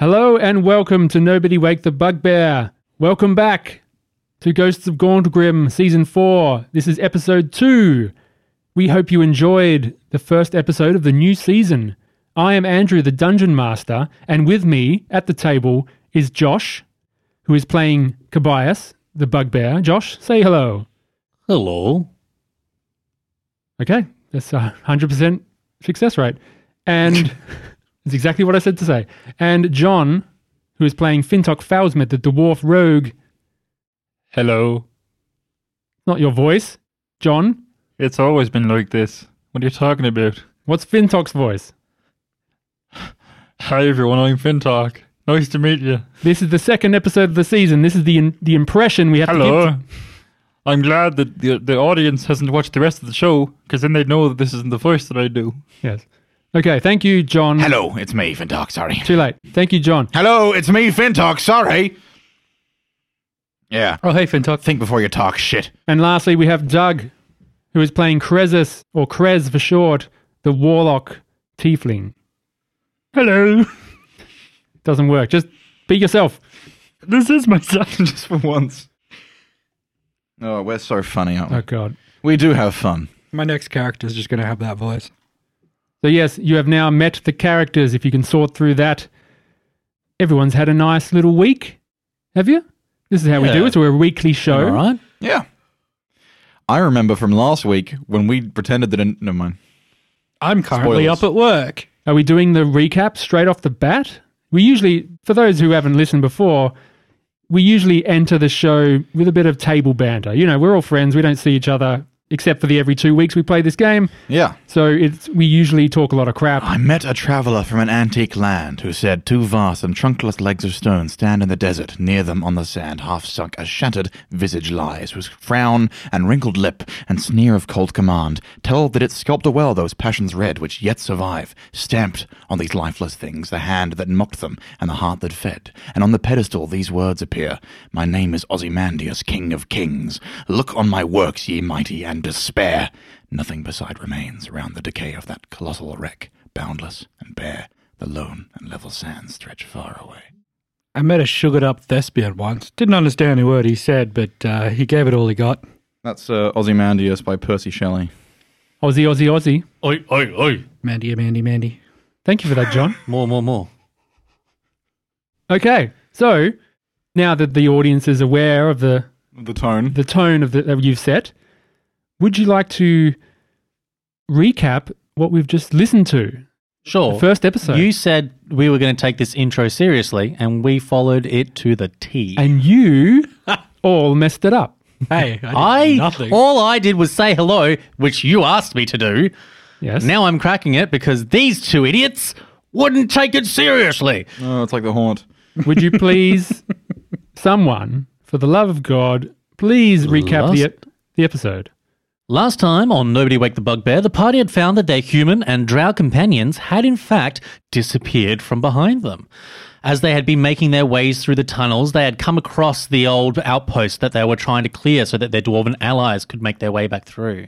Hello and welcome to Nobody Wake the Bugbear. Welcome back to Ghosts of Gauntgrim Season 4. This is Episode 2. We hope you enjoyed the first episode of the new season. I am Andrew, the Dungeon Master, and with me at the table is Josh, who is playing Cobias, the Bugbear. Josh, say hello. Hello. Okay, that's a 100% success rate. And it's exactly what I said to say. And John, who is playing Fintok Foulsmith, the dwarf rogue. Hello. Not your voice. John, It's always been like this. What are you talking about? what's Fintok's voice? Hi everyone, I'm Fintalk. Nice to meet you. This is the second episode of the season. This is the the impression we have to give. Hello. I'm glad that the, the audience hasn't watched the rest of the show, because then they'd know that this isn't the first that I do. To, yes. Okay, thank you, John. Hello, it's me, Fintalk, sorry. Too late. Thank you, John. Hello, it's me, Fintalk, sorry. Yeah. Oh, hey, Fintalk. Think before you talk shit. And lastly, we have Doug, who is playing Krezus, or Krez for short, the warlock tiefling. Hello. Doesn't work. Just be yourself. This is my son. Just for once. Oh, we're so funny, aren't we? Oh, God. We do have fun. My next character is just going to have that voice. So, yes, you have now met the characters. If you can sort through that, everyone's had a nice little week. Have you? This is how we do it. So, we're a weekly show. All right. Yeah. I remember from last week when we pretended that. Never mind. I'm currently Spoilers. up at work. Are we doing the recap straight off the bat? We usually, for those who haven't listened before, we usually enter the show with a bit of table banter. You know, we're all friends. We don't see each other except for the every two weeks we play this game. Yeah. So it's we usually talk a lot of crap. I met a traveler from an antique land who said two vast and trunkless legs of stone stand in the desert. Near them on the sand, half sunk, a shattered visage lies, with frown and wrinkled lip and sneer of cold command. Tell that it sculpted well those passions red which yet survive, stamped on these lifeless things the hand that mocked them and the heart that fed. And on the pedestal these words appear My name is Ozymandias, King of Kings. Look on my works, ye mighty, and despair. Nothing beside remains around the decay of that colossal wreck, boundless and bare. The lone and level sands stretch far away. I met a sugared up thespian once. Didn't understand a word he said, but uh, he gave it all he got. That's uh, Ozymandias by Percy Shelley. Aussie, Aussie, Aussie. Oi, oi, oi. Mandy, Mandy, Mandy. Thank you for that, John. More, more, more. Okay, so now that the audience is aware of the The tone. the tone of the, that you've set, would you like to recap what we've just listened to? Sure. The first episode. You said we were going to take this intro seriously, and we followed it to the T. I and you all messed it up. Hey, I, did nothing. all I did was say hello, which you asked me to do. Yes. Now I'm cracking it because these two idiots wouldn't take it seriously. Oh, it's like the haunt. would you please, someone, for the love of God, please recap the, Last- ep- the episode? Last time on Nobody Wake the Bugbear, the party had found that their human and drow companions had in fact disappeared from behind them. As they had been making their ways through the tunnels, they had come across the old outpost that they were trying to clear so that their dwarven allies could make their way back through.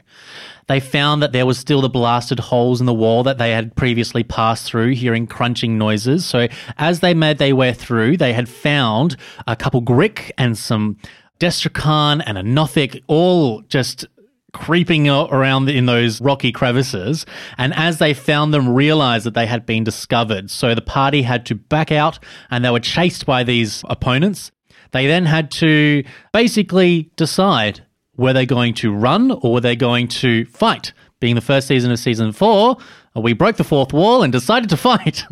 They found that there was still the blasted holes in the wall that they had previously passed through, hearing crunching noises. So as they made their way through, they had found a couple Grick and some Destrakan and a Nothic, all just creeping a- around in those rocky crevices. And as they found them, realized that they had been discovered. So the party had to back out and they were chased by these opponents. They then had to basically decide were they going to run or were they going to fight? Being the first season of season four, we broke the fourth wall and decided to fight.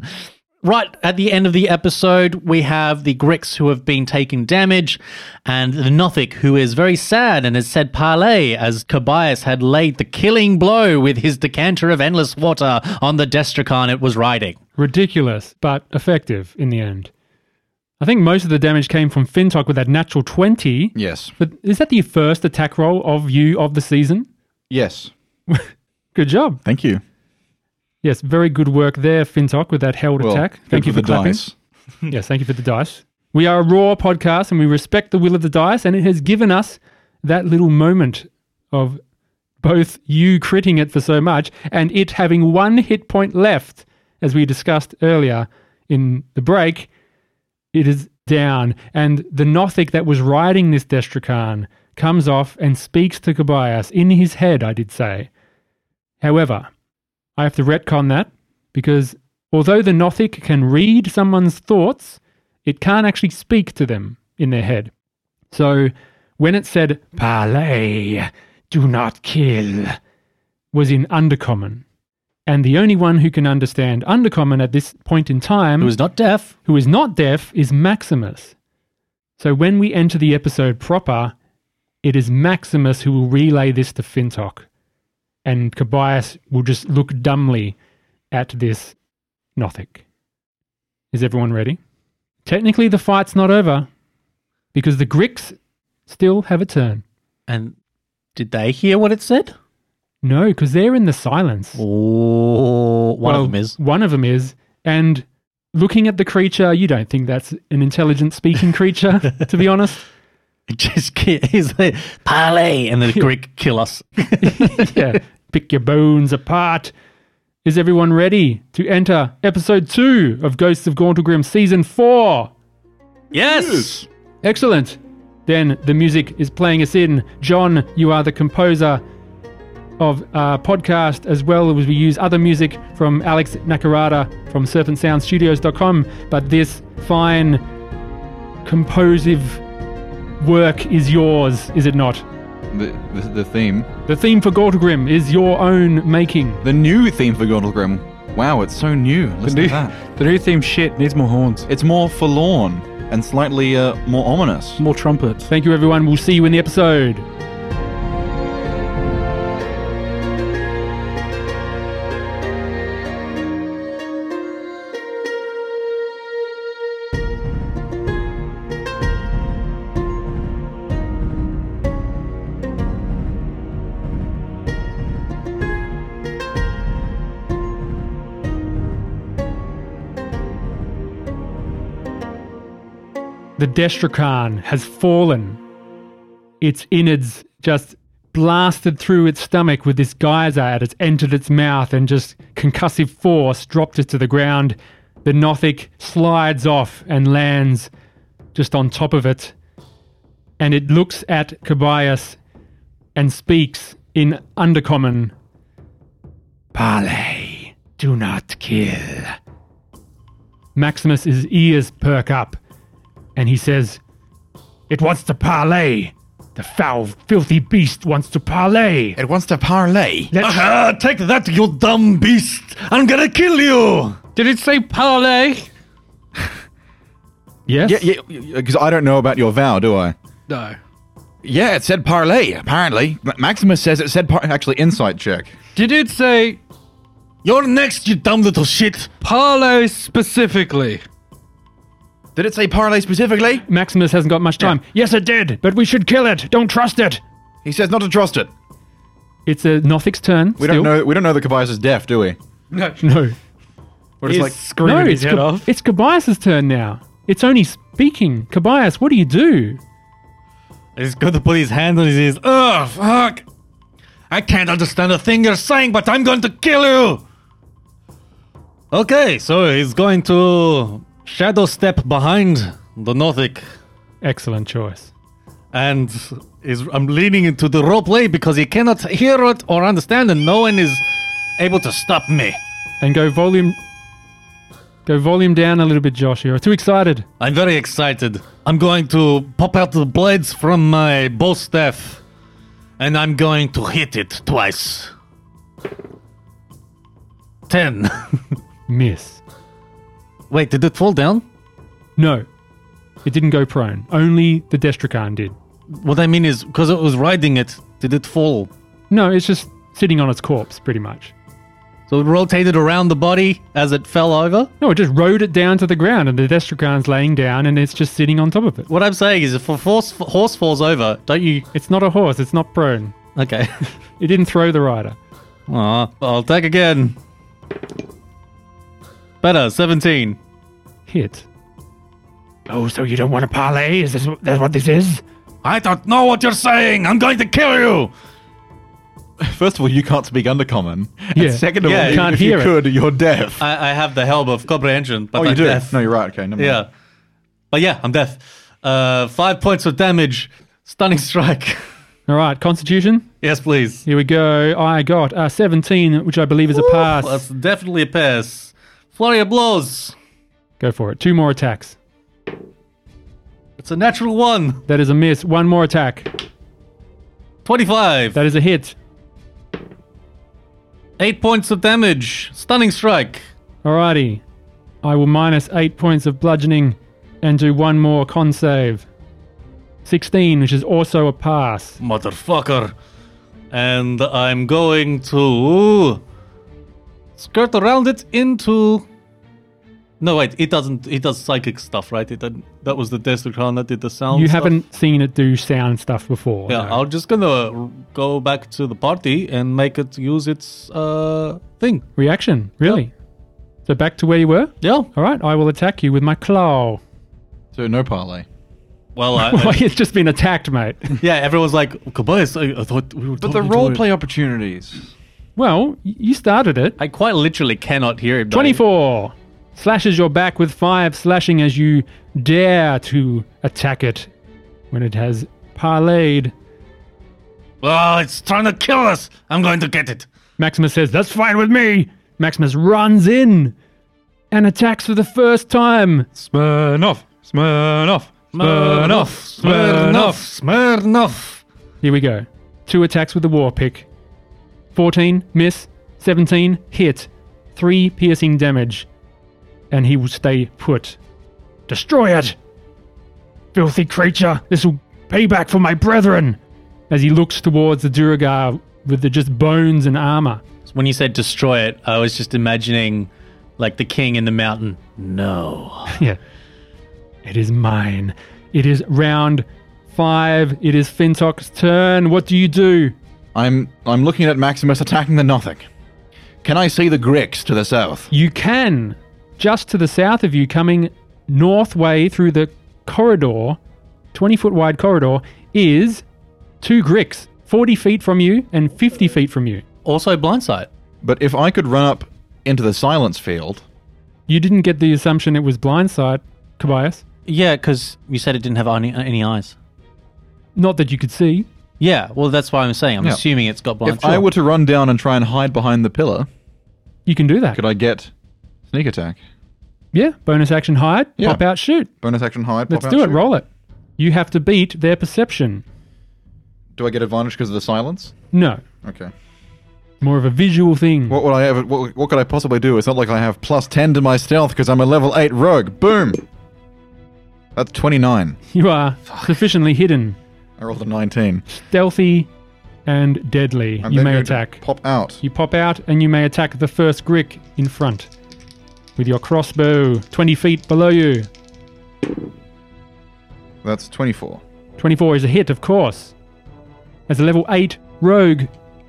Right at the end of the episode, we have the Grix who have been taking damage, and the Nothic who is very sad and has said parley as Cobias had laid the killing blow with his decanter of endless water on the Destrakan it was riding. Ridiculous, but effective in the end. I think most of the damage came from Fintok with that natural 20. Yes. But is that the first attack roll of you of the season? Yes. Good job. Thank you. Yes, very good work there, Fintok, with that held Well, attack. good Thank you for the clapping. dice. Yes, thank you for the dice. We are a raw podcast and we respect the will of the dice, and it has given us that little moment of both you critting it for so much and it having one hit point left, as we discussed earlier in the break, it is down, and the Nothic that was riding this Destrakan comes off and speaks to Cobias in his head, I did say. However, I have to retcon that because although the Nothic can read someone's thoughts, it can't actually speak to them in their head. So when it said, Parley, do not kill, was in Undercommon. And the only one who can understand Undercommon at this point in time, It was not deaf. who is not deaf, is Maximus. So when we enter the episode proper, it is Maximus who will relay this to Fintok. And Cobias will just look dumbly at this Nothic. Is everyone ready? Technically, the fight's not over because the Gricks still have a turn. And did they hear what it said? No, because they're in the silence. Oh, one Well, of them is. One of them is. And looking at the creature, you don't think that's an intelligent speaking creature, to be honest. Just ki- he's like, parley, and the Greek kill us. Yeah. Pick your bones apart. Is everyone ready to enter episode two of Ghosts of Gauntlegrim season four? Yes. Excellent. Then the music is playing us in. John, you are the composer of our podcast as well as we use other music from Alex Nakarada from serpentsoundstudios.com. But this fine composive work is yours, is it not? The, the, the theme. The theme for Gortogrim is your own making. The new theme for Gordlegrim. Wow, it's so new. Listen to new, that. the new theme shit needs more horns, It's more forlorn and slightly uh, more ominous. more trumpets. Thank you, everyone. We'll see you in the episode. The Destrakan has fallen. Its innards just blasted through its stomach with this geyser at it's entered its mouth and just concussive force dropped it to the ground. The Nothic slides off and lands just on top of it. And it looks at Cobias and speaks in Undercommon. Parley, do not kill. Maximus's ears perk up and he says, It wants to parley. The foul, filthy beast wants to parley. It wants to parlay. Aha, take that, you dumb beast! I'm gonna kill you. Did it say parlay? Yes? Yeah, yeah, because I don't know about your vow, do I? No. Yeah, it said parlay, apparently. Ma- Maximus says it said par- actually insight check. Did it say You're next, you dumb little shit. parlay specifically? Did it say parlay specifically? Maximus hasn't got much time. Yes, it did, but we should kill it. Don't trust it. He says not to trust it. It's a Nothic's turn. We still. don't know we don't know that Cobias is deaf, do we? No. No. We're just He's like screaming no, his it's, head Cob- off. it's Cobias' turn now. It's only speaking. Cobias, what do you do? He's going to put his hand on his ears. Oh fuck! I can't understand a thing you're saying, but I'm going to kill you. Okay, so he's going to shadow step behind the Nordic Excellent choice. and is I'm leaning into the roleplay because he cannot hear it or understand, and no one is able to stop me. And go volume. Go volume down a little bit, Josh. You're too excited. I'm very excited. I'm going to pop out the blades from my bow staff, and I'm going to hit it twice. Ten. Miss. Wait, did it fall down? No. It didn't go prone. Only the Destrakan did. What I mean is, because it was riding it, did it fall? No, it's just sitting on its corpse, pretty much. So it rotated around the body as it fell over? No, it just rode it down to the ground, and the Destrakan's laying down, and it's just sitting on top of it. What I'm saying is, if a horse, horse falls over, don't you. It's not a horse. It's not prone. Okay. It didn't throw the rider. Aw, I'll take again. Better, 17. Hit. Oh, so you don't want to parlay? Is this that's what this is? I don't know what you're saying! I'm going to kill you! First of all, you can't speak undercommon. Yeah. And second of Yeah, all, you can't if hear it. Uh, you could, you're deaf. I, I have the helm of comprehension, but oh, I'm you do. deaf. No, you're right. Okay, never mind. yeah. But yeah, I'm deaf. Uh, five points of damage. Stunning strike. All right, Constitution. yes, please. Here we go. I got uh, 17, which I believe is a pass. That's definitely a pass. Flurry of blows. Go for it. Two more attacks. It's a natural one. That is a miss. One more attack. 25. That is a hit. Eight points of damage. Stunning strike. Alrighty. I will minus eight points of bludgeoning and do one more con save. 16, which is also a pass. Motherfucker. And I'm going to skirt around it into. No, wait, it doesn't. It does psychic stuff, right? It did, that was the Destructron that did the sound. You stuff. haven't seen it do sound stuff before. Yeah, no. I'm just gonna go back to the party and make it use its uh thing. Reaction, really? So back to where you were? Yeah. Alright, I will attack you with my claw. So no parlay. Well, I, Well, I- it's just been attacked, mate. yeah, everyone's like, Kobayas, I, I thought we were. But the role play opportunities. well, y- you started it. I quite literally cannot hear it. though. 24 slashes your back with 5 slashing as you dare to attack it when it has parlayed. Well, it's trying to kill us. I'm going to get it. Maximus says, That's fine with me. Maximus runs in and attacks for the first time. Smirnoff, Smirnoff, Smirnoff, Smirnoff. Smirnoff. Here we go. Two attacks with the war pick 14, miss. 17, hit. 3 piercing damage. And he will stay put. Destroy it! Filthy creature! This will pay back for my brethren! As he looks towards the Duragar with the just bones and armor. When you said destroy it, I was just imagining like the king in the mountain. No. Yeah. It is mine. It is round five. It is Fintok's turn. What do you do? I'm I'm looking at Maximus attacking the Nothing. Can I see the Grix to the south? You can, just to the south of you, coming north way through the corridor, 20 foot wide corridor, is two Gricks, 40 feet from you and 50 feet from you. Also blindsight. But if I could run up into the silence field, You didn't get the assumption it was blindsight, Kobayas. Yeah, because you said it didn't have any, any eyes. Not that you could see. Yeah, well, that's why I'm saying. I'm Yeah. assuming it's got blind. if I were to run down and try and hide behind the pillar, You can do that. could I get sneak attack? yeah, bonus action hide, Yeah. pop out, shoot. Bonus action hide. Let's pop out, do it, shoot. roll it. You have to beat their perception. Do I get advantage because of the silence? No, Okay. more of a visual thing. What would I have? What, what could I possibly do? It's not like I have plus ten to my stealth because I'm a level eight rogue. Boom. That's twenty nine. You are sufficiently hidden, I rolled a nineteen. stealthy, and deadly. I'm you then may going to attack. Pop out. You pop out and you may attack the first Grick in front with your crossbow 20 feet below you. That's twenty four. 24 is a hit, of course. As a level 8 rogue,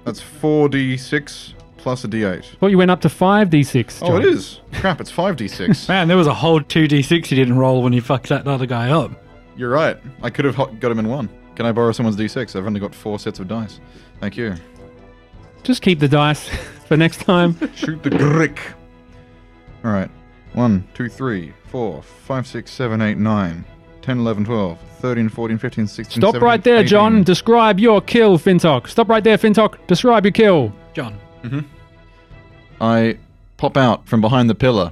That's four d six plus a d eight. thought you went up to 5d6. Oh, it John. is. Crap! It's five d six. Man, there was a whole 2d6 you didn't roll when you fucked that other guy up. You're right. I could have ho- got him in one. Can I borrow someone's d6? I've only got four sets of dice. Thank you. Just keep the dice for next time. Shoot the grick. All right. One, two, three, four, five, six, seven, eight, nine, 10, 11, 12, 13, 14, 15, 16, Stop 17, right there, 18. John. Describe your kill, Fintok. Stop right there, Fintok. Describe your kill. John. I pop out from behind the pillar,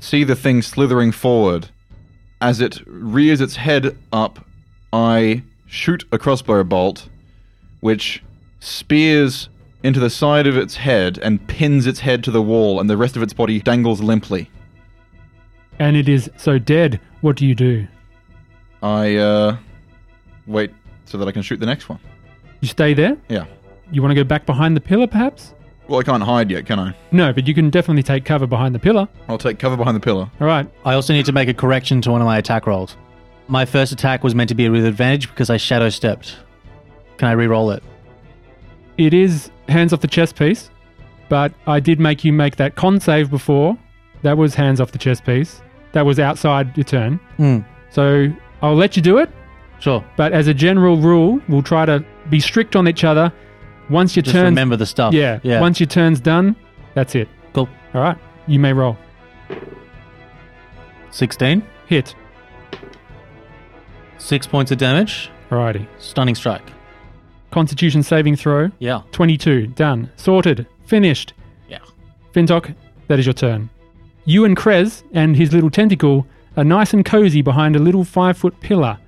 see the thing slithering forward. As it rears its head up, I shoot a crossbow bolt, which spears into the side of its head and pins its head to the wall, and the rest of its body dangles limply. And it is so dead. What do you do? I uh, wait so that I can shoot the next one. You stay there? Yeah. You want to go back behind the pillar, perhaps? Well, I can't hide yet, can I? No, but you can definitely take cover behind the pillar. I'll take cover behind the pillar. All right. I also need to make a correction to one of my attack rolls. My first attack was meant to be with advantage because I shadow stepped. Can I re-roll it? It is hands off the chess piece, but I did make you make that con save before. That was hands off the chess piece. That was outside your turn. Hmm. So I'll let you do it, Sure. but as a general rule, we'll try to be strict on each other. Once your Just turn's remember the stuff. yeah, Yeah. once your turn's done, that's it. Cool. All right, you may roll. Sixteen. Hit. Six points of damage. Alrighty. Stunning strike. Constitution saving throw. Yeah. 22. Done. Sorted. Finished. Yeah. Fintok, that is your turn. You and Krez and his little tentacle are nice and cozy behind a little five foot pillar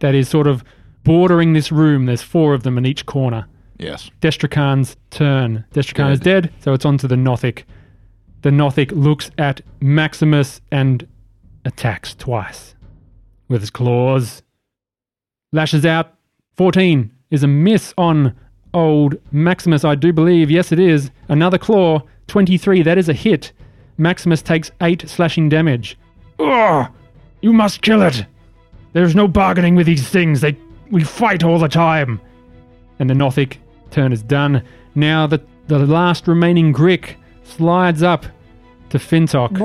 that is sort of bordering this room. There's four of them in each corner. Yes. Destrakan's turn. Destrakan is dead, so it's on to the Nothic. The Nothic looks at Maximus and attacks twice with his claws. Lashes out. 14 is a miss on old Maximus, I do believe. Yes, it is. Another claw. 23, that is a hit. Maximus takes 8 slashing damage. Ugh! You must kill it! There's no bargaining with these things. They we fight all the time and the Nothic turn is done. Now the, the last remaining Grick slides up to Fintok.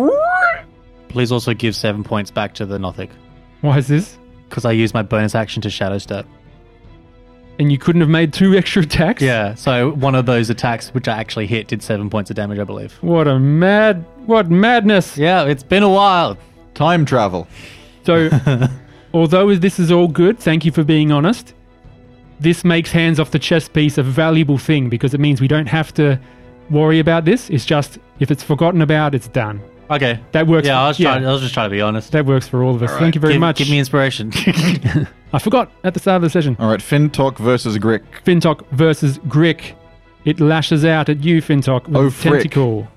Please also give seven points back to the Nothic Why is this? because I used my bonus action to Shadow Step. And you couldn't have made two extra attacks? Yeah. So one of those attacks, which I actually hit, did seven points of damage, I believe. What a mad, what madness. Yeah, it's been a while. Time travel. So, although this is all good, thank you for being honest. This makes hands off the chess piece a valuable thing because it means we don't have to worry about this. It's just if it's forgotten about, it's done. Okay. That works. yeah, for, I was, trying, I was just trying to be honest. that works for all of us. All Thank right. you very give, much. Give me inspiration. I forgot at the start of the session. All right, Fintok versus Grick. Fintok versus Grick. It lashes out at you, Fintok, with Oh, its frick. tentacle.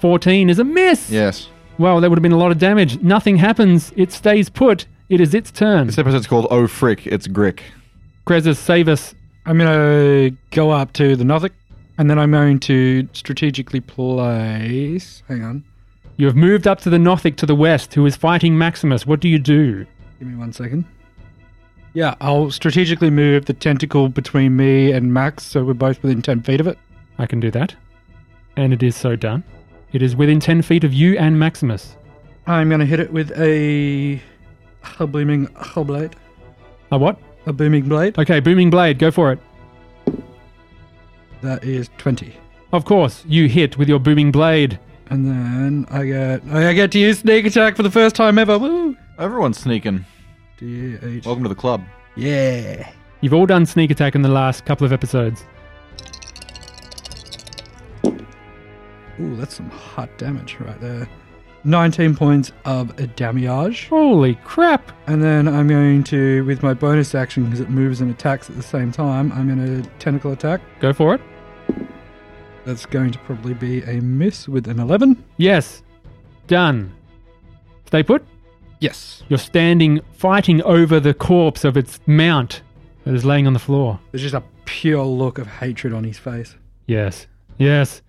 14 is a miss. Yes. Wow, that would have been a lot of damage. Nothing happens. It stays put. It is its turn. This episode's called Oh Frick, it's Grick. Krezus, save us. I'm going to go up to the Nothic and then I'm going to strategically place. Hang on. You have moved up to the Nothic to the west, who is fighting Maximus. What do you do? Give me one second. Yeah, I'll strategically move the tentacle between me and Max so we're both within 10 feet of it. I can do that. And it is so done. It is within 10 feet of you and Maximus. I'm going to hit it with a. a booming. a blade. A what? A booming blade. Okay, Booming Blade, go for it. That is 20. Of course, you hit with your Booming Blade. And then I get. I get to use sneak attack for the first time ever. Woo! Everyone's sneaking. D8. Welcome to the club. Yeah. You've all done sneak attack in the last couple of episodes. Ooh, that's some hot damage right there. 19 points of damage. Holy crap! And then I'm going to, with my bonus action, because it moves and attacks at the same time, I'm going to tentacle attack. Go for it. That's going to probably be a miss with an 11. Yes. Done. Stay put. Yes. You're standing fighting over the corpse of its mount that is laying on the floor. There's just a pure look of hatred on his face. Yes. Yes.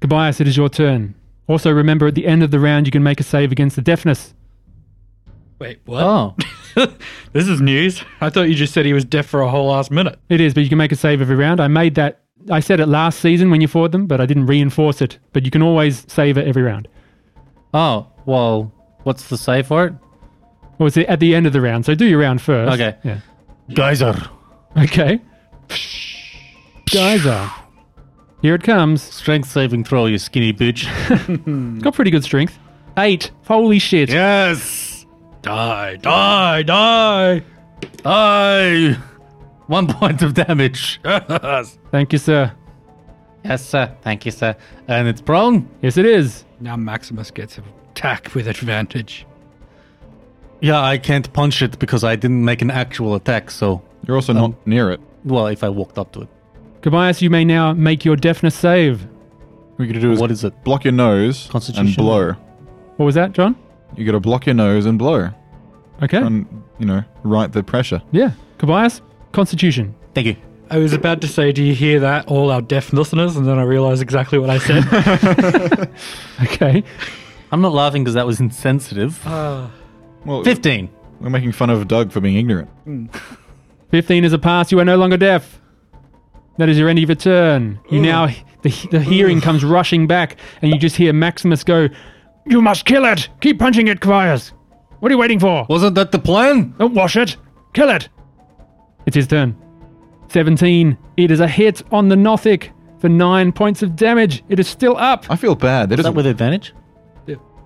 Tobias, it is your turn. Also, remember at the end of the round, you can make a save against the deafness. Wait, what? oh. This is news. I thought you just said he was deaf for a whole last minute. It is, but you can make a save every round. I made that. I said it last season when you fought them, but I didn't reinforce it. But you can always save it every round. Oh. Well, what's the save for it? Well, it's at the end of the round, so do your round first. Okay. Yeah. Geyser. Okay. Geyser. Here it comes. Strength saving throw, you skinny bitch. It's got pretty good strength. Eight. Holy shit. Yes. Die. Die, die! Die. One point of damage. Thank you, sir. Yes, sir. Thank you, sir. And it's prone. Yes, it is. Now Maximus gets an attack with advantage. Yeah, I can't punch it because I didn't make an actual attack. So, You're Um, also not near it. well, if I walked up to it, Kobayas, you may now make your deafness save. What you gotta do is what is it? block your nose and Constitution? blow. What was that, John? You gotta block your nose and blow. Okay. And, you know, right the pressure. yeah. Kobayas, Constitution. Thank you. I was about to say, do you hear that, all our deaf listeners? And then I realized exactly what I said. Okay. I'm not laughing because that was insensitive. Well, Fifteen. we're making fun of Doug for being ignorant. 15 is a pass. You are no longer deaf. That is your end of your turn. You now, the, the hearing comes rushing back, and you just hear Maximus go, You must kill it. Keep punching it, Kobayas. What are you waiting for? Wasn't that the plan? Don't wash it. Kill it. It's his turn. 17. It is a hit on the Nothic for 9 points of damage. It is still up. I feel bad. They're Is that just, with advantage?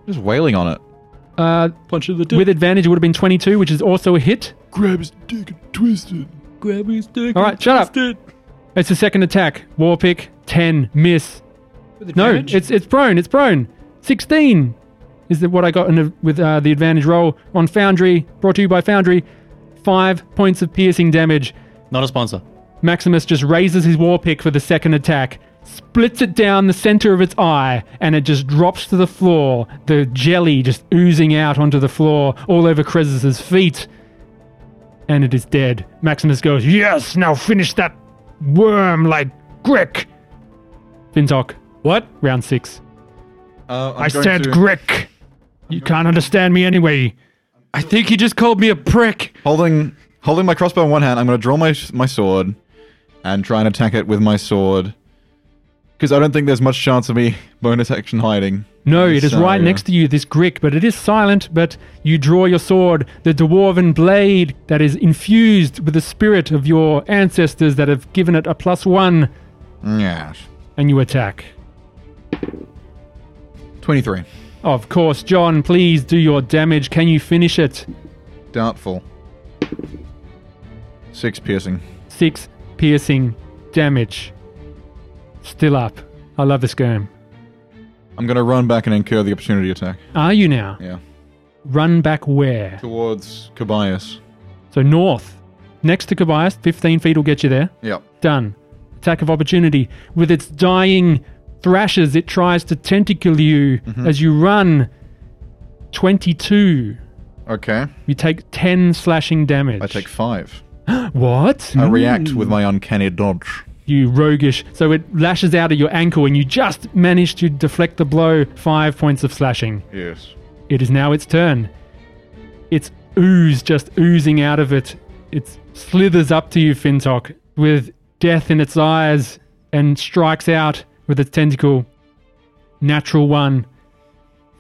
just wailing on it. Uh, Punch in the dick. with advantage, it would have been 22, which is also a hit. Grab his dick and twist it. grab his dick. All right, shut up. It. It's a second attack. War pick, 10, miss. With No, advantage? it's it's prone. It's prone. 16 is the, what I got in a, with uh, the advantage roll on Foundry, brought to you by Foundry. Five points of piercing damage. Not a sponsor. Maximus just raises his war pick for the second attack, splits it down the center of its eye, and it just drops to the floor, the jelly just oozing out onto the floor, all over Cresus's feet. And it is dead. Maximus goes, Yes, now finish that worm like Grick. Fintok, What? round six. Uh, I said Grick. You can't understand me anyway. I think he just called me a prick. holding holding my crossbow in one hand. I'm going to draw my my sword and try and attack it with my sword because I don't think there's much chance of me bonus action hiding. No, it is So, right yeah. next to you, this Grick, but it is silent. But you draw your sword, the dwarven blade that is infused with the spirit of your ancestors that have given it a plus one, Yeah, and you attack. twenty three. Of course, John, please do your damage. Can you finish it? Doubtful. Six piercing. Six piercing damage. Still up. I love this game. I'm going to run back and incur the opportunity attack. Are you now? Yeah, Run back where? towards Kobayas. So north. Next to Kobayas, 15 feet will get you there. Yep. done. Attack of opportunity. With its dying thrashes, it tries to tentacle you Mm-hmm. as you run. 22. Okay. You take 10 slashing damage. I take five. What? I react with my uncanny dodge. You roguish. So it lashes out at your ankle and you just manage to deflect the blow. Five points of slashing. Yes. It is now its turn. Its ooze just oozing out of it. It slithers up to you, Fintok, with death in its eyes and strikes out with its tentacle. Natural one.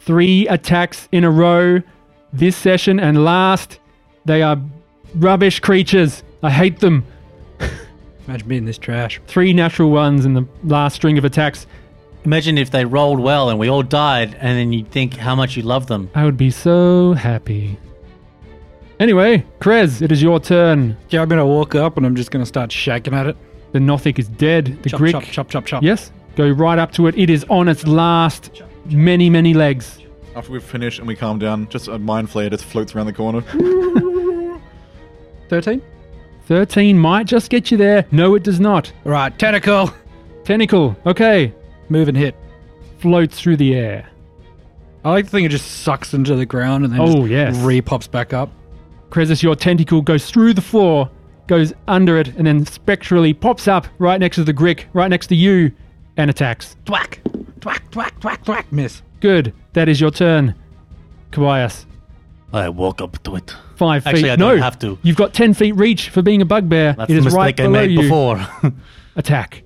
Three attacks in a row this session and last. They are rubbish creatures. I hate them. Imagine being this trash. Three natural ones in the last string of attacks. Imagine if they rolled well and we all died, and then you'd think how much you love them. I would be so happy. Anyway, Krez, it is your turn. Yeah, I'm gonna walk up and I'm just gonna start shaking at it. The Nothic is dead. The Chop, Greek. chop, chop, chop, chop. Yes. Go right up to it. It is on its last many, many legs. After we finish and we calm down, just a mind flare just floats around the corner. 13? 13 might just get you there. No, it does not. All right, tentacle. Tentacle. Okay. Move and hit. Floats through the air. I like the thing it just sucks into the ground and then Oh, just yes. re-pops back up. Krezus, your tentacle goes through the floor, goes under it, and then spectrally pops up right next to the Grick, right next to you, and attacks. Thwack, thwack, thwack, thwack, thwack. Miss. Good. That is your turn. Kobayas. I walk up to it. Five Actually, feet. I no, don't have to. You've got 10 feet reach for being a bugbear. That's it the is mistake right I below made you. before. Attack.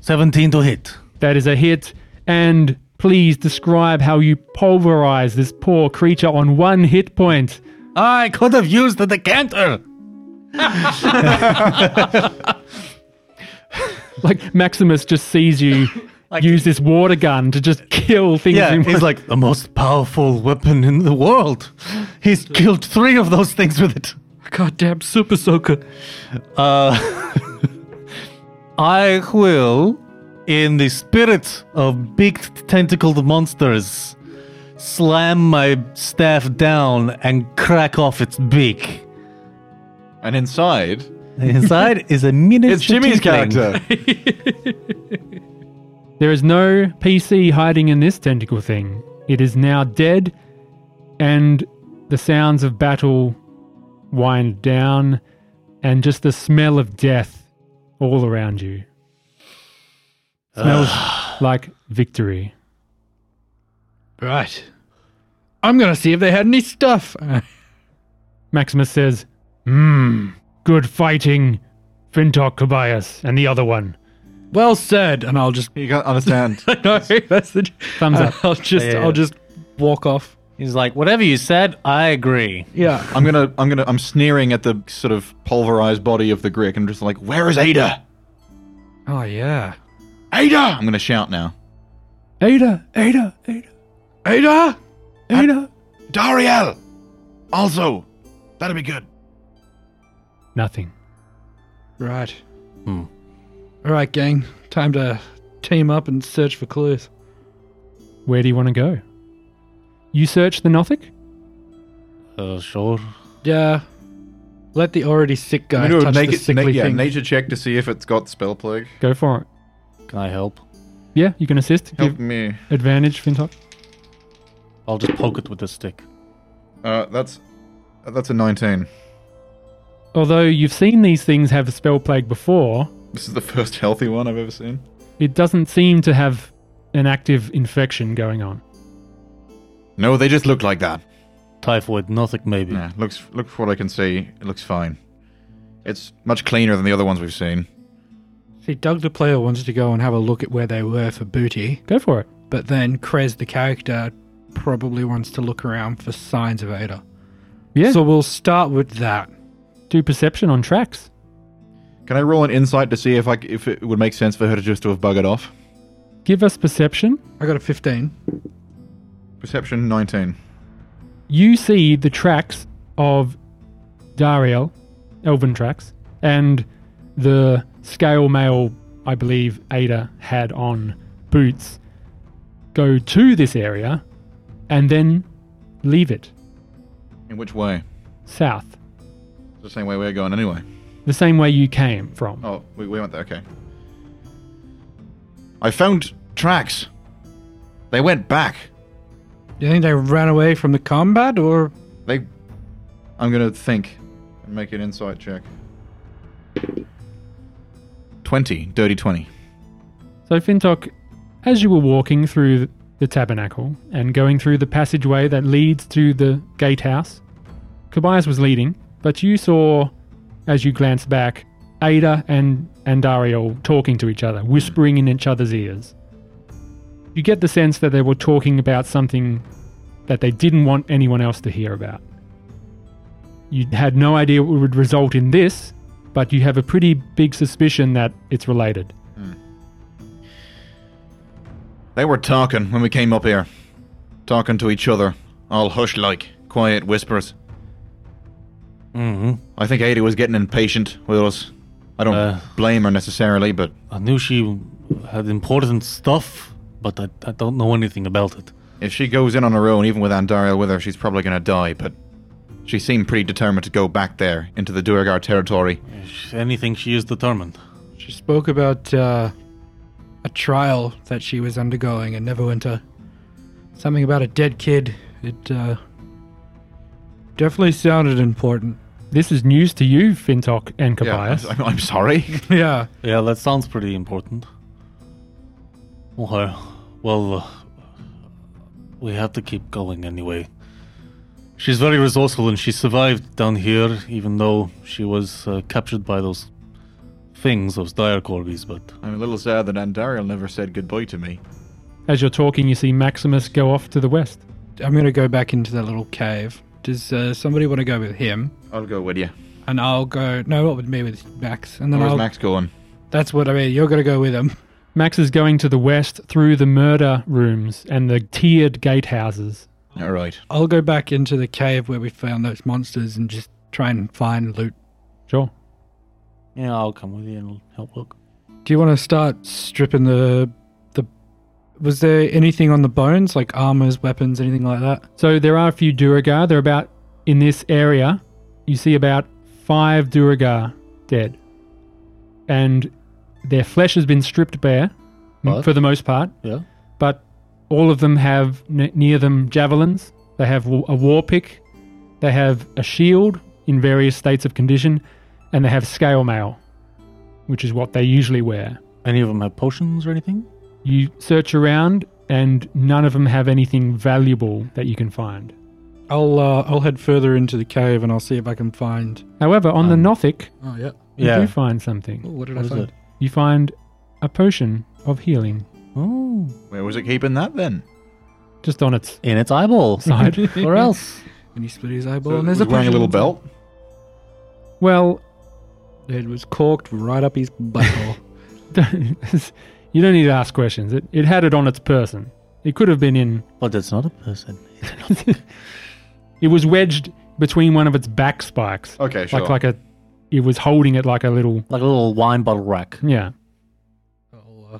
17 to hit. That is a hit. And please describe how you pulverize this poor creature on one hit point. I could have used the decanter. Like Maximus just sees you use this water gun to just kill things. Yeah, in he's like the most powerful weapon in the world. He's killed three of those things with it. Goddamn super soaker. Uh, I will, in the spirit of big tentacled monsters, slam my staff down and crack off its beak. and inside Inside is a miniature. is Jimmy's tiefling. character. There is no PC hiding in this tentacle thing. It is now dead, and the sounds of battle wind down, and just the smell of death all around you. Smells like victory. Right. I'm gonna see if they had any stuff. Maximus says, Hmm, good fighting, Fintok Kobayas, and the other one. well said. And I'll just You can't understand. no. That's the Thumbs up. I'll just Yeah. I'll just walk off. He's like, whatever you said, I agree. Yeah. I'm gonna, I'm gonna, I'm sneering at the sort of pulverized body of the Greek and just like, where is Ada? Oh yeah. Ada! I'm gonna shout now. Ada, Ada, Ada. Ada. Una. Dariel! Also, that'd be good. Nothing. Right. Hmm. All right, gang. Time to team up and search for clues. Where do you want to go? You search the Nothic? Uh, sure. Yeah. Let the already sick guy I'm gonna do a touch the naked, sickly Uh, na- yeah, thing. nature check to see if it's got spell plague. Go for it. Can I help? Yeah, you can assist. Help Give me. advantage, Fintop. I'll just poke it with a stick. Uh, that's uh, that's a 19. Although you've seen these things have spell plague before, This is the first healthy one I've ever seen. it doesn't seem to have an active infection going on. No, they just look like that. Typhoid, nothing Hmm. maybe. Yeah, looks look for what I can see. It looks fine. It's Much cleaner than the other ones we've seen. See, Doug the player wants to go and have a look at where they were for booty, Go for it. but then Krez the character probably wants to look around for signs of Ada. Yeah. So we'll start with that. Do perception on tracks. Can I roll an insight to see if I c- if it would make sense for her to just to have buggered off? Give us perception. I got a 15. Perception 19. You see the tracks of Dariel, elven tracks, and the scale mail, I believe Ada had on boots, go to this area and then leave it In which way? south, It's the same way we're going anyway. the same way you came from. Oh, we, we went there. Okay. I found tracks. They went back. Do you think they ran away from the combat or They. I'm gonna think and make an insight check. 20, dirty 20. So, Fintok, as you were walking through the tabernacle and going through the passageway that leads to the gatehouse, Kobayas was leading, but you saw, as you glanced back, Ada and, and Dariel talking to each other, whispering in each other's ears. You get the sense that they were talking about something that they didn't want anyone else to hear about. You had no idea what would result in this, but you have a pretty big suspicion that it's related. They were talking when we came up here. Talking to each other, all hush like, quiet whispers. hmm I think Ada was getting impatient with us. I don't Uh. blame her necessarily, but I knew she had important stuff, but I, I don't know anything about it. if she goes in on her own, even with Andaria with her, she's probably going to die. But she seemed pretty determined to go back there into the Duergar territory. If anything, she is determined. She spoke about uh, a trial that she was undergoing in Neverwinter. Something about a dead kid. It uh, definitely sounded important. This is news to you, Fintok and Yeah, Kobayas. I'm, I'm sorry. yeah. Yeah, that sounds pretty important. Okay, well, uh, we have to keep going anyway. She's very resourceful and she survived down here, even though she was uh, captured by those things, those dire corgis. But I'm a little sad that Andariel never said goodbye to me. As you're talking, you see Maximus go off to the west. I'm going to go back into that little cave. Does uh, somebody want to go with him? I'll go with you. And I'll go. No, not with me, with Max. And then Where's I'll. Max going? That's what I mean. You're going to go with him. Max is going to the west through the murder rooms and the tiered gatehouses. All right. I'll go back into the cave where we found those monsters and just try and find loot. Sure. yeah, I'll come with you and help look. Do you want to start stripping the the? Was there anything on the bones, like armors, weapons, anything like that? So there are a few Duragar. They're about in this area. You see about five Duragar dead, and their flesh has been stripped bare m- What? for the most part. Yeah. but all of them have n- near them javelins. They have w- a war pick. They have a shield in various states of condition, and they have scale mail, which is what they usually wear. Any of them have potions or anything? You search around, and none of them have anything valuable that you can find. I'll uh, I'll head further into the cave and I'll see if I can find. However, on the Um, Nothic, Oh yeah. Oh, you Yeah. do find something. what did What I is find? it? You find a potion of healing Oh, Where was it keeping that then? just on its in its eyeball. side. or else. And he split his eyeball. So and there's was a wearing a potion little inside. belt. well, It was corked right up his butthole. you don't need to ask questions. It, it had it on its person. It could have been in. But that's not a person. It was wedged between one of its back spikes. Oh, Okay, sure. Like like a it was holding it like a little Like a little wine bottle rack. yeah, I'll uh,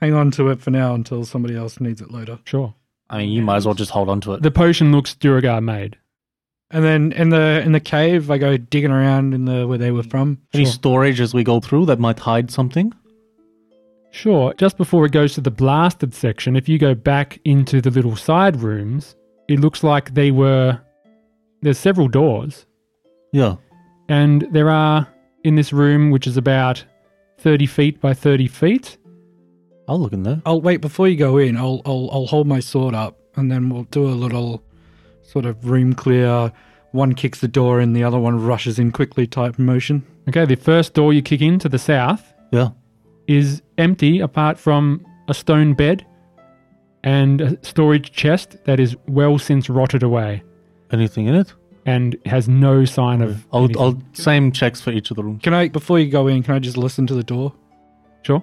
hang on to it for now until somebody else needs it later. sure. I mean, you might as well just hold on to it. The potion looks Duragar made. And then in the in the cave, I go digging around in the where they were from. Any storage as we go through that might hide something? Sure. Just before it goes to the blasted section, if you go back into the little side rooms, it looks like they were there's several doors. Yeah. And there are in this room, which is about 30 feet by 30 feet. I'll look in there. I'll wait before you go in. I'll I'll, I'll hold my sword up, and then we'll do a little sort of room clear. One kicks the door in, the other one rushes in quickly type motion. Okay, the first door you kick in to the south Yeah. is empty apart from a stone bed and a storage chest that is well since rotted away Anything in it? and has no sign of. I'll, anything. I'll same checks for each of the rooms. Can I before you go in? Can I just listen to the door? Sure.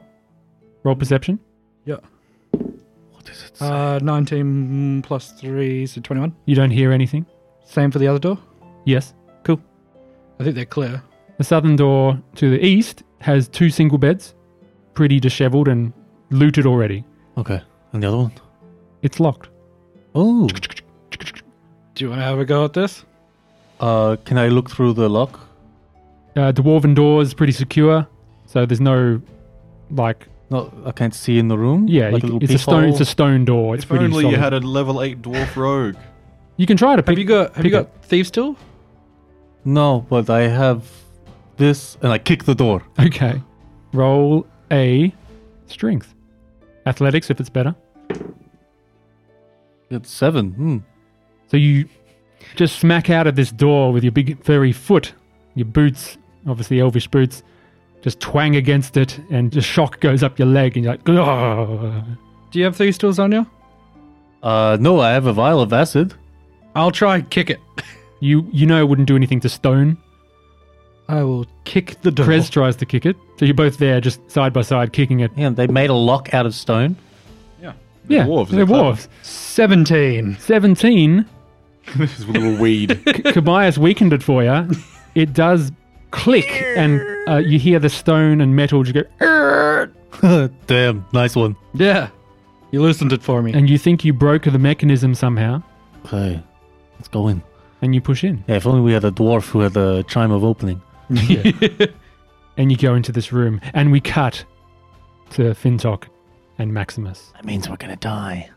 Roll perception. Yeah. Uh, nineteen plus three, so twenty-one. You don't hear anything? Same for the other door. Yes. Cool. I think they're clear. The southern door to the east has two single beds, pretty disheveled and looted already. Okay. And the other one? It's locked. Oh. Do you want to have a go at this? Uh, can I look through the lock? Uh, dwarven door is pretty secure, so there's no like No, I can't see in the room. yeah, Like you- a little it's a stone. It's a stone door. It's if pretty only solid. you had a level eight dwarf rogue. You can try to pick. Have you got Have you pick got thieves tool? No, but I have this, and I kick the door. it. Okay, roll a strength, athletics if it's better. It's seven. Hmm. So you just smack out of this door with your big furry foot, your boots, obviously elvish boots, just twang against it, and the shock goes up your leg, and you're like, "Ugh." Do you have thieves tools on you? Uh, no, I have a vial of acid. I'll try and kick it. you you know it wouldn't do anything to stone. I will kick the door. Prez tries to kick it, so you're both there, just side by side, kicking it. Yeah, they made a lock out of stone. yeah, dwarves, they're they're clever. dwarves. Seventeen. Seventeen. this is a little weed. Kobayas weakened it for you. It does click, and uh, you hear the stone and metal just go, Damn, nice one. Yeah. You loosened it for me. and you think you broke the mechanism somehow, Okay, let's go in. and you push in, Yeah, if only we had a dwarf who had the chime of opening. and you go into this room, and we cut to Fintok and Maximus. That means we're gonna die.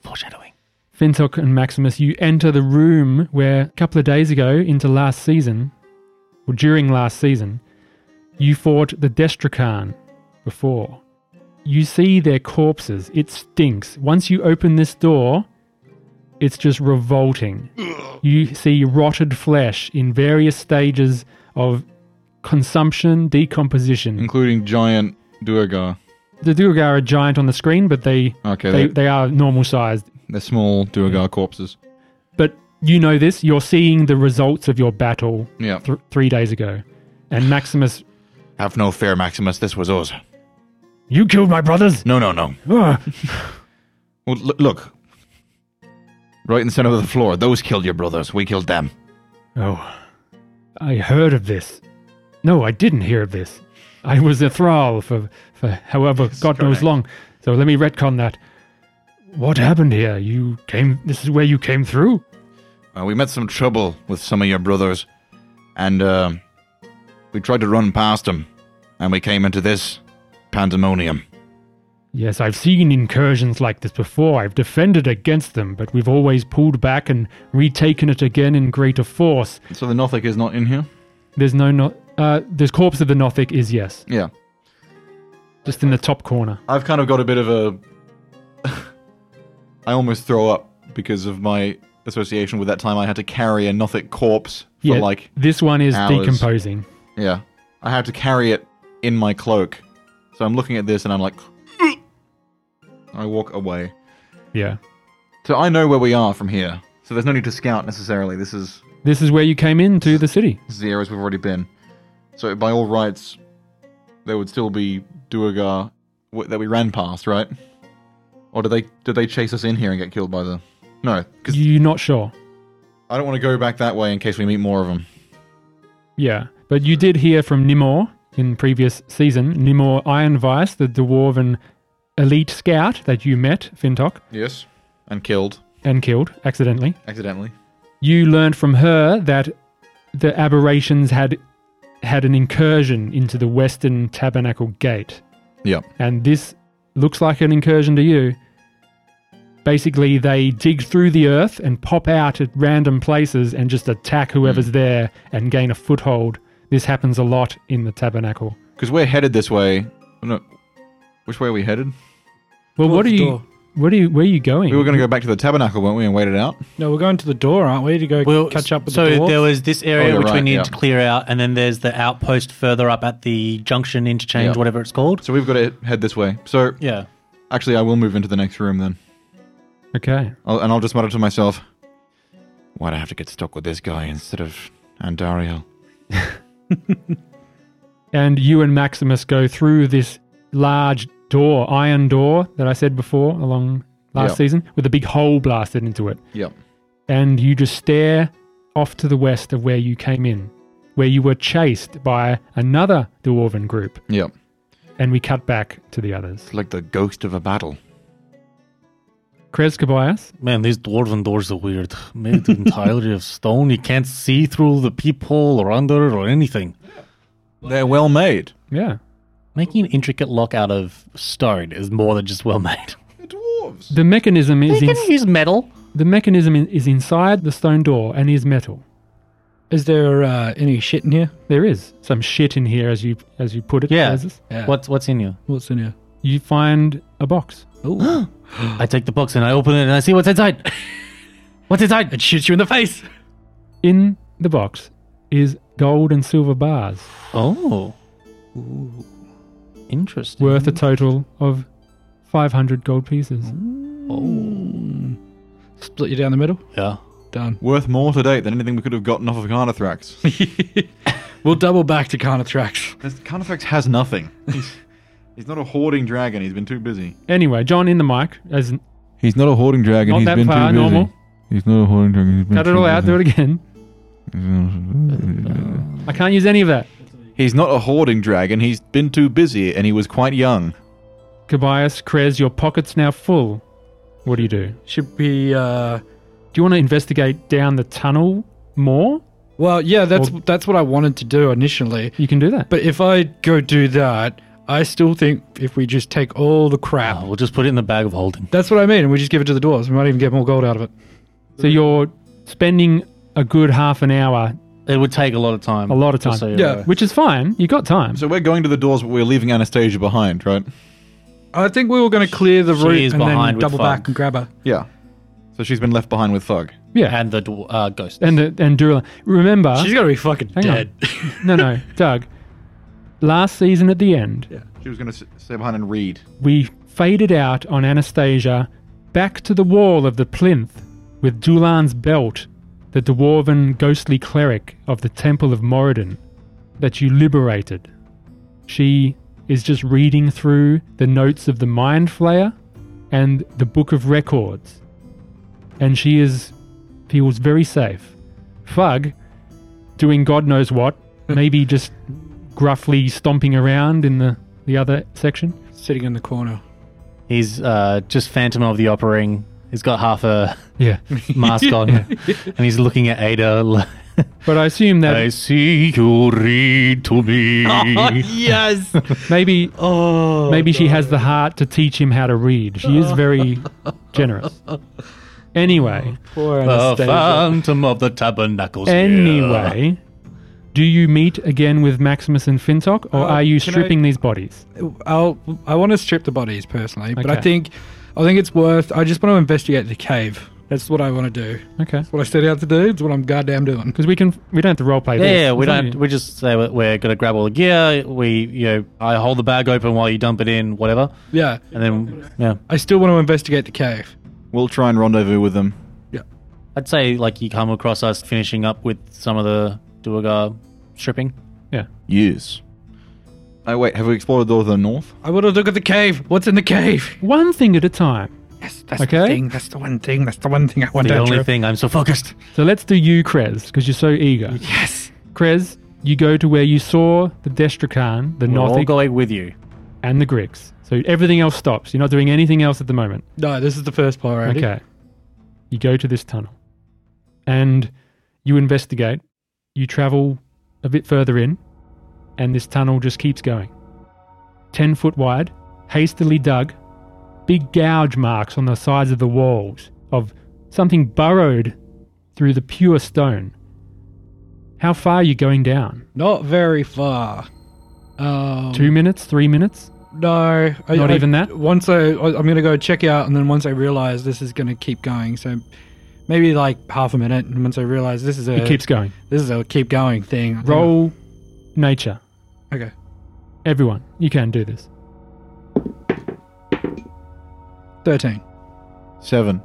Foreshadowing. Fintok and Maximus, you enter the room where a couple of days ago, into last season, or during last season, you fought the Destrakan before. You see their corpses. It stinks. Once you open this door, it's just revolting. You see rotted flesh in various stages of consumption, Mm. decomposition. Including giant Duergar. The Duergar are giant on the screen, but they, Okay, they, they're, they are normal sized. they're small Duergar corpses. But you know this. You're seeing the results of your battle Yeah. th- three days ago. And Maximus, Have no fear, Maximus. This was ours. you killed my brothers. No, no, no. Ugh. Well, l- look. Right in the center of the floor. Those killed your brothers. We killed them. Oh, I heard of this. No, I didn't hear of this. I was a thrall for, for however, God knows long. So let me retcon that. What happened here? You came, this is where you came through? Uh, we met some trouble with some of your brothers, and uh, we tried to run past them, and we came into this pandemonium. Yes, I've seen incursions like this before. I've defended against them, but we've always pulled back and retaken it again in greater force. So the Nothic is not in here? There's no, no uh, this corpse of the Nothic is yes, Yeah. just in the top corner. I've kind of got a bit of a. I almost throw up because of my association with that time I had to carry a Nothic corpse for like. this one is hours. decomposing. Yeah. I had to carry it in my cloak. So I'm looking at this and I'm like. I walk away. Yeah. So I know where we are from here. So there's no need to scout necessarily. This is This is where you came into the city. This is the areas we've already been. So by all rights, there would still be Duergar w- that we ran past, right? Or did they did they chase us in here and get killed by the? No, because You're not sure. I don't want to go back that way in case we meet more of them. Yeah, but you did hear from Nimor in previous season, Nimor Ironvice, the dwarven elite scout that you met, Fintok, Yes, and killed and killed accidentally. accidentally. You learned from her that the aberrations had had an incursion into the western tabernacle gate. Yeah. and this looks like an incursion to you. Basically, they dig through the earth and pop out at random places and just attack whoever's Hmm. there and gain a foothold. This happens a lot in the tabernacle. Because we're headed this way. No, which way are we headed? Well, what Towards are the you? door. What are you? Where are you going? We were going to go back to the tabernacle, weren't we, and wait it out? No, we're going to the door, aren't we? To go Well, catch up with so the door. there was this area Oh, you're which we right, need yeah. to clear out, and then there's the outpost further up at the junction interchange, Yeah. whatever it's called. So we've got to head this way. So Yeah. actually, I will move into the next room then, okay. I'll, and I'll just mutter to myself. Why'd I have to get stuck with this guy instead of Andariel? And you and Maximus go through this large door, iron door that I said before along last Yeah. season, with a big hole blasted into it. Yep. and you just stare off to the west of where you came in, where you were chased by another dwarven group, Yep. and we cut back to the others. It's like the ghost of a battle. Kreskabias, Man, these dwarven doors are weird. Made entirely of stone. You can't see through the peephole or under it or anything. They're well made. yeah. Making an intricate lock out of stone is more than just well made. They're dwarves. The mechanism is in, use metal. the mechanism in, is inside the stone door and is metal. Is there uh, any shit in here? There is some shit in here, as you as you put it. Yeah. Moses. Yeah. What's what's in you? What's in here? You find a box. Oh, I take the box and I open it and I see what's inside. what's inside? it shoots you in the face. In the box is gold and silver bars Oh. Interesting. worth a total of five hundred gold pieces. Mm. Split you down the middle. Yeah. Done. Worth more to date than anything we could have gotten off of Carnathrax. We'll double back to Carnathrax. This- Carnathrax has nothing. He's, he's not a hoarding dragon. He's been too busy. Anyway, John in the mic as He's not a hoarding dragon. Not He's that far, normal. He's not a hoarding dragon. He's been cut it all out. Do it again. I can't use any of that. He's not a hoarding dragon. He's been too busy, and he was quite young. Kobayas, Krez, your pocket's now full. What do you do? Should be. Uh, Do you want to investigate down the tunnel more? well, yeah, that's Well- that's what I wanted to do initially. You can do that. But if I go do that, I still think if we just take all the crap, Uh, we'll just put it in the bag of holding. that's what I mean, and we just give it to the dwarves. We might even get more gold out of it. so you're spending a good half an hour, It would take a lot of time. A lot of time. Just so you Yeah. know. which is fine. You got time. So we're going to the doors, but we're leaving Anastasia behind, right? I think we were going to clear the She route is and then behind with double Fog. back and grab her. Yeah. So she's been left behind with Thug. yeah. And the dw- uh, ghost. And the, and Durla. Remember, She's going to be fucking Hang on. dead. no, no, Doug. Last season at the end, She was going to stay behind and read. we faded out on Anastasia back to the wall of the plinth with Dulan's belt, the dwarven ghostly cleric of the Temple of Moradin that you liberated. She is just reading through the notes of the Mind Flayer and the Book of Records. And she is feels very safe. Fug doing God knows what, maybe just gruffly stomping around in the, the other section. Sitting in the corner. He's uh, just Phantom of the Opera ring. He's got half a Yeah. mask on, and he's looking at Ada. like, But I assume that I see you read to me. yes. maybe oh, maybe she has the heart to teach him how to read. She is very generous. Anyway, Poor the Anastasia. Phantom of the Tabernacles. here. anyway, do you meet again with Maximus and Fintok, or Uh, are you can stripping I- these bodies? I'll, I want to strip the bodies personally, but I Okay. think I think it's worth. I just want to investigate the cave. That's what I want to do. Okay, What I set out to do. It's what I'm goddamn doing. because we can we don't have to roleplay Yeah, this. yeah, we It's don't. only- We just say that we're gonna grab all the gear. We, you know, I hold the bag open while you dump it in, whatever, Yeah, and then yeah, I still want to investigate the cave. We'll try and rendezvous with them. I'd say like you come across us finishing up with some of the Duergar stripping. Yes. Oh, wait. Have we explored the door to the north? I want to look at the cave. What's in the cave? one thing at a time. Yes, that's Okay. the thing. That's the one thing. That's the one thing I want the to only do. thing I'm so focused. So let's do you, Krez, because you're so eager. Yes. Krez, you go to where you saw the Destrakan, the We're all North, going with you. and the Grix. So everything else stops. You're not doing anything else at the moment. No, this is the first part already. Okay. You go to this tunnel and you investigate. You travel a bit further in, and this tunnel just keeps going. 10 foot wide, hastily dug, big gouge marks on the sides of the walls of something burrowed through the pure stone. How far are you going down? Not very far. Um, Two minutes? Three minutes? No, I, Not I- even that? Once I, I I'm gonna go check out, and then once I realize this is gonna keep going, so maybe like half a minute, and once I realize this is a uh, It keeps going. this is a keep going thing. I think- Roll nature. Okay. Everyone, you can do this. Thirteen. Seven.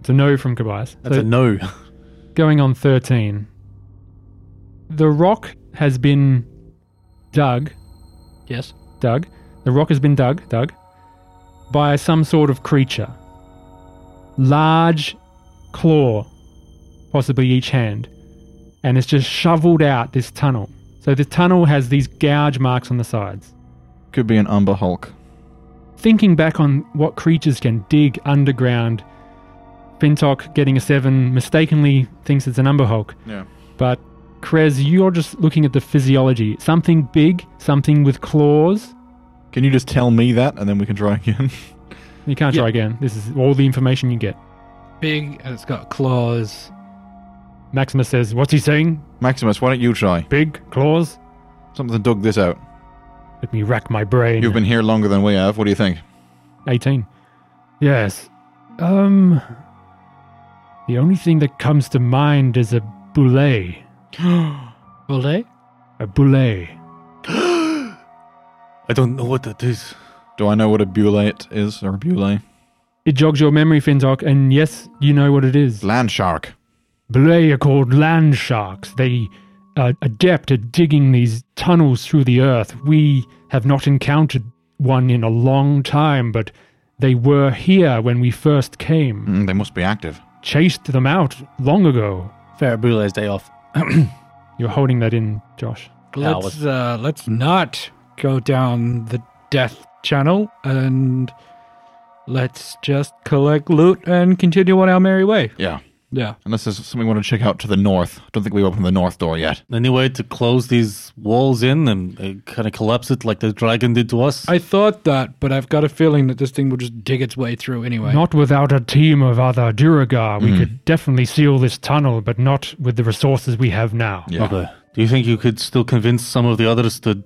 It's a no from Kobayas. That's So- a no. going on 13. The rock has been dug, Yes. dug. The rock has been dug, dug by some sort of creature. Large claw, possibly each hand, and it's just shoveled out this tunnel. So the tunnel has these gouge marks on the sides. Could be an Umber Hulk. Thinking back on what creatures can dig underground, Fintok getting a 7 mistakenly thinks it's an Umber Hulk. Yeah. But Krez, you're just looking at the physiology. Something big, something with claws. Can you just tell me that and then we can try again? You can't try again. This is all the information you get. Big, and it's got claws. Maximus says, What's he saying? Maximus, why don't you try? Big claws? Something dug this out. Let me rack my brain. You've been here longer than we have. What do you think? 18. Yes. Um. The only thing that comes to mind is a boulet. Will they? A boulet. I don't know what that is. Do I know what a bulate is or a bulate? It jogs your memory, Fintok, and yes, you know what it is. Land shark. Belay are called land sharks. They are adept at digging these tunnels through the earth. We have not encountered one in a long time, but they were here when we first came. Mm, they must be active. Chased them out long ago. Farabule's day off. You're holding that in, Josh. Ow. Let's uh, let's not go down the death channel, and let's just collect loot and continue on our merry way. Yeah. Yeah. Unless there's something we want to check out to the north. Don't think we opened the north door yet. Any way to close these walls in and uh, kind of collapse it like the dragon did to us? I thought that, but I've got a feeling that this thing will just dig its way through anyway. Not without a team of other Duragar. We could definitely seal this tunnel, but not with the resources we have now. Yeah. Okay. Do you think you could still convince some of the others to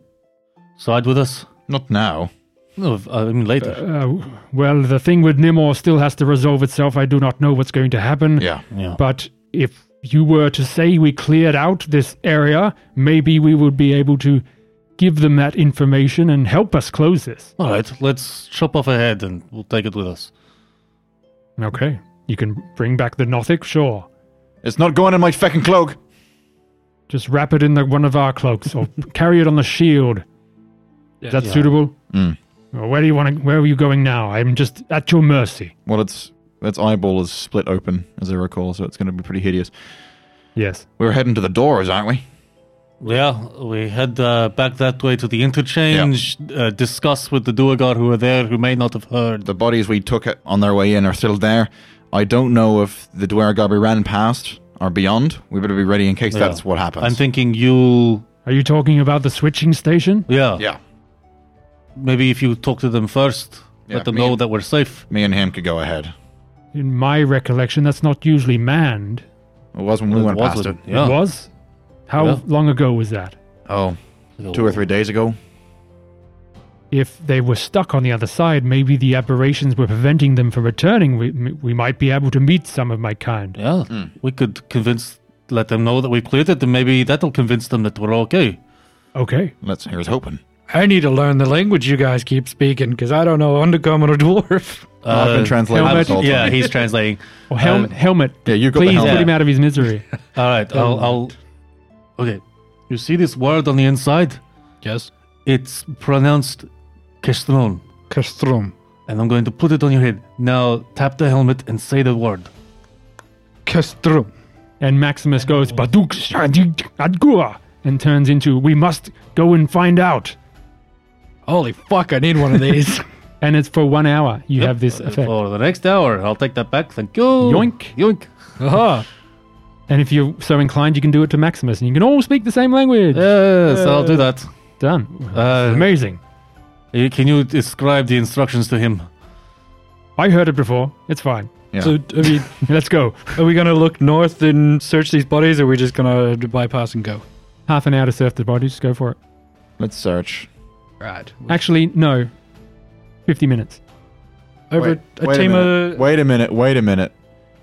side with us? Not now. No, if- I mean later. Uh, well, the thing with Nimor still has to resolve itself. I do not know what's going to happen. Yeah. yeah. But if you were to say we cleared out this area, maybe we would be able to give them that information and help us close this. All right, let's chop off a head and we'll take it with us. Okay. You can bring back the Nothic, sure. It's not going in my fucking cloak. Just wrap it in the, one of our cloaks or carry it on the shield. Is that suitable? Mm. Well, Where do you want to, where are you going now? I'm just at your mercy. Well, its its eyeball is split open, as I recall, so it's going to be pretty hideous. Yes. We're heading to the doors, aren't we? Yeah, we head uh, back that way to the interchange, uh, discuss with the Duergar who are there who may not have heard. The bodies we took it on their way in are still there. I don't know if the Dwergar we ran past are beyond. We better be ready in case Yeah. that's what happens. I'm thinking you'll. Are you talking about the switching station? Yeah, yeah, Maybe if you talk to them first, Yeah, let them me know and- that we're safe. me and him could go ahead. In my recollection, that's not usually manned. It was when we It went was past it. with- Yeah. It was? How Yeah. long ago was that? Oh, two or three days ago. if they were stuck on the other side, maybe the aberrations were preventing them from returning. We, we might be able to meet some of my kind. Yeah, Hmm. we could convince, let them know that we've cleared it, and maybe that'll convince them that we're okay. Okay. Let's here's hoping. I need to learn the language you guys keep speaking because I don't know undercommon or dwarf. I've been Uh, translating how this much- all yeah, time. he's translating. Well, Hel- Um, helmet. Yeah, you got the Please helmet. put him out of his misery. All right, I'll, I'll. Okay, you see this word on the inside? Yes. It's pronounced Kestron. Kastrum. and I'm going to put it on your head. Now tap the helmet and say the word. Kestrum. And Maximus goes, Baduk Shadi Adgua, and turns into, We must go and find out. Holy fuck, I need one of these. And it's for one hour you have this effect. For the next hour, I'll take that back. Thank you. Yoink. Yoink. uh-huh. And if you're so inclined, you can do it to Maximus, and you can all speak the same language. Yes, I'll do that. Done. Uh, Amazing. can you describe the instructions to him? I heard it before. It's fine. So, I mean, Let's go. are we gonna look north and search these bodies, or are we just gonna bypass and go? Half an hour to surf the body. Just go for it. Let's search. Right. Actually, no. 50 minutes. Over Wait- a wait team minute. of Wait a minute. Wait a minute.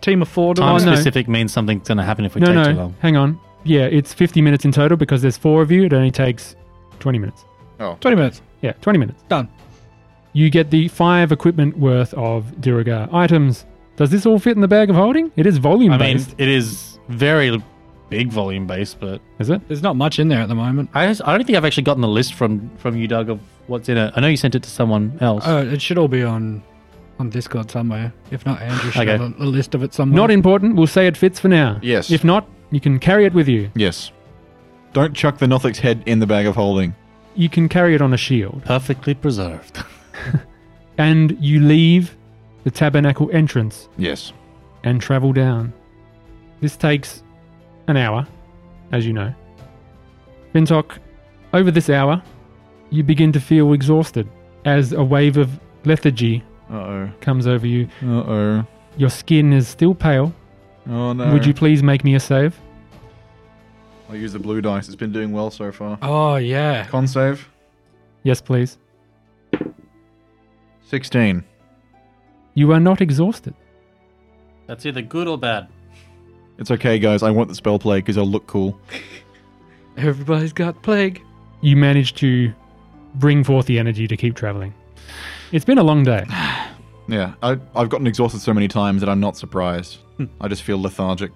team of four. to Time Oh, us? no. specific means something's going to happen if we no, take no. too long. Hang on. Yeah, it's 50 minutes in total because there's four of you. It only takes 20 minutes. Twenty minutes. Yeah, 20 minutes. Done. You get the five equipment worth of Duragar items. Does this all fit in the bag of holding? It is volume I mean, based, it is very big volume base, but is it? There's not much in there at the moment. I, just- I don't think I've actually gotten the list from from you, Doug, of what's in it. I know you sent it to someone else. Oh. Uh, it should all be on on Discord somewhere. If not, Andrew should Okay. have a, a list of it somewhere. Not important. We'll say it fits for now. Yes. If not, you can carry it with you. Yes. Don't chuck the Nothic's head in the bag of holding. You can carry it on a shield. Perfectly preserved. And you leave the tabernacle entrance Yes. and travel down. This takes an hour, as you know. Fintok, over this hour, you begin to feel exhausted as a wave of lethargy Uh oh. comes over you. Uh oh. Your skin is still pale. Oh no. Would you please make me a save? I'll use the blue dice. It's been doing well so far. Oh yeah. Con save. Yes, please. Sixteen. You are not exhausted. That's either good or bad. It's okay, guys. I want the spell play because I'll look cool. Everybody's got plague. You manage to bring forth the energy to keep traveling. It's been a long day. Yeah, I, I've gotten exhausted so many times that I'm not surprised. Hmm. I just feel lethargic.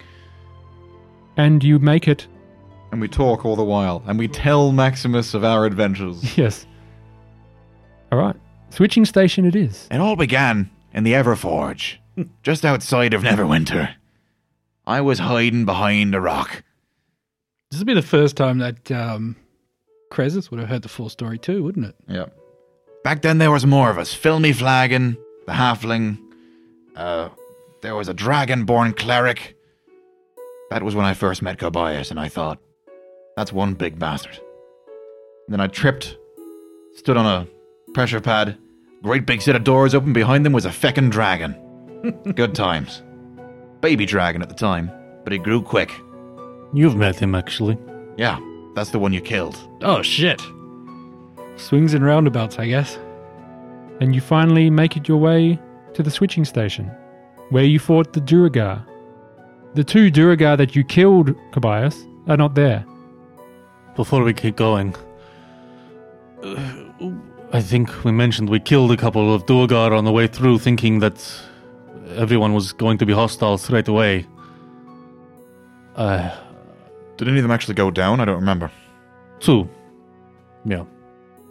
And you make it, And we talk all the while, and we tell Maximus of our adventures. yes. All right. Switching station it is. It all began in the Everforge, Hmm. just outside of Neverwinter. I was hiding behind a rock. This would be the first time that um, Cresus would have heard the full story too, wouldn't it? yeah. Back then, there was more of us. Filmy Flagon, the Halfling. Uh, there was a dragon-born cleric. That was when I first met Cobias, and I thought, that's one big bastard. Then I tripped, stood on a pressure pad. Great big set of doors open. Behind them was a feckin' dragon. Good times. Baby dragon at the time, but it grew quick. You've met him, actually. Yeah, that's the one you killed. Oh shit. Swings and roundabouts, I guess. and you finally make it your way to the switching station, where you fought the Duragar. The two Duragar that you killed, Kobayas, are not there. Before we keep going, uh, I think we mentioned we killed a couple of Duergar on the way through, thinking that everyone was going to be hostile straight away. Uh, Did any of them actually go down? I don't remember. two. Yeah.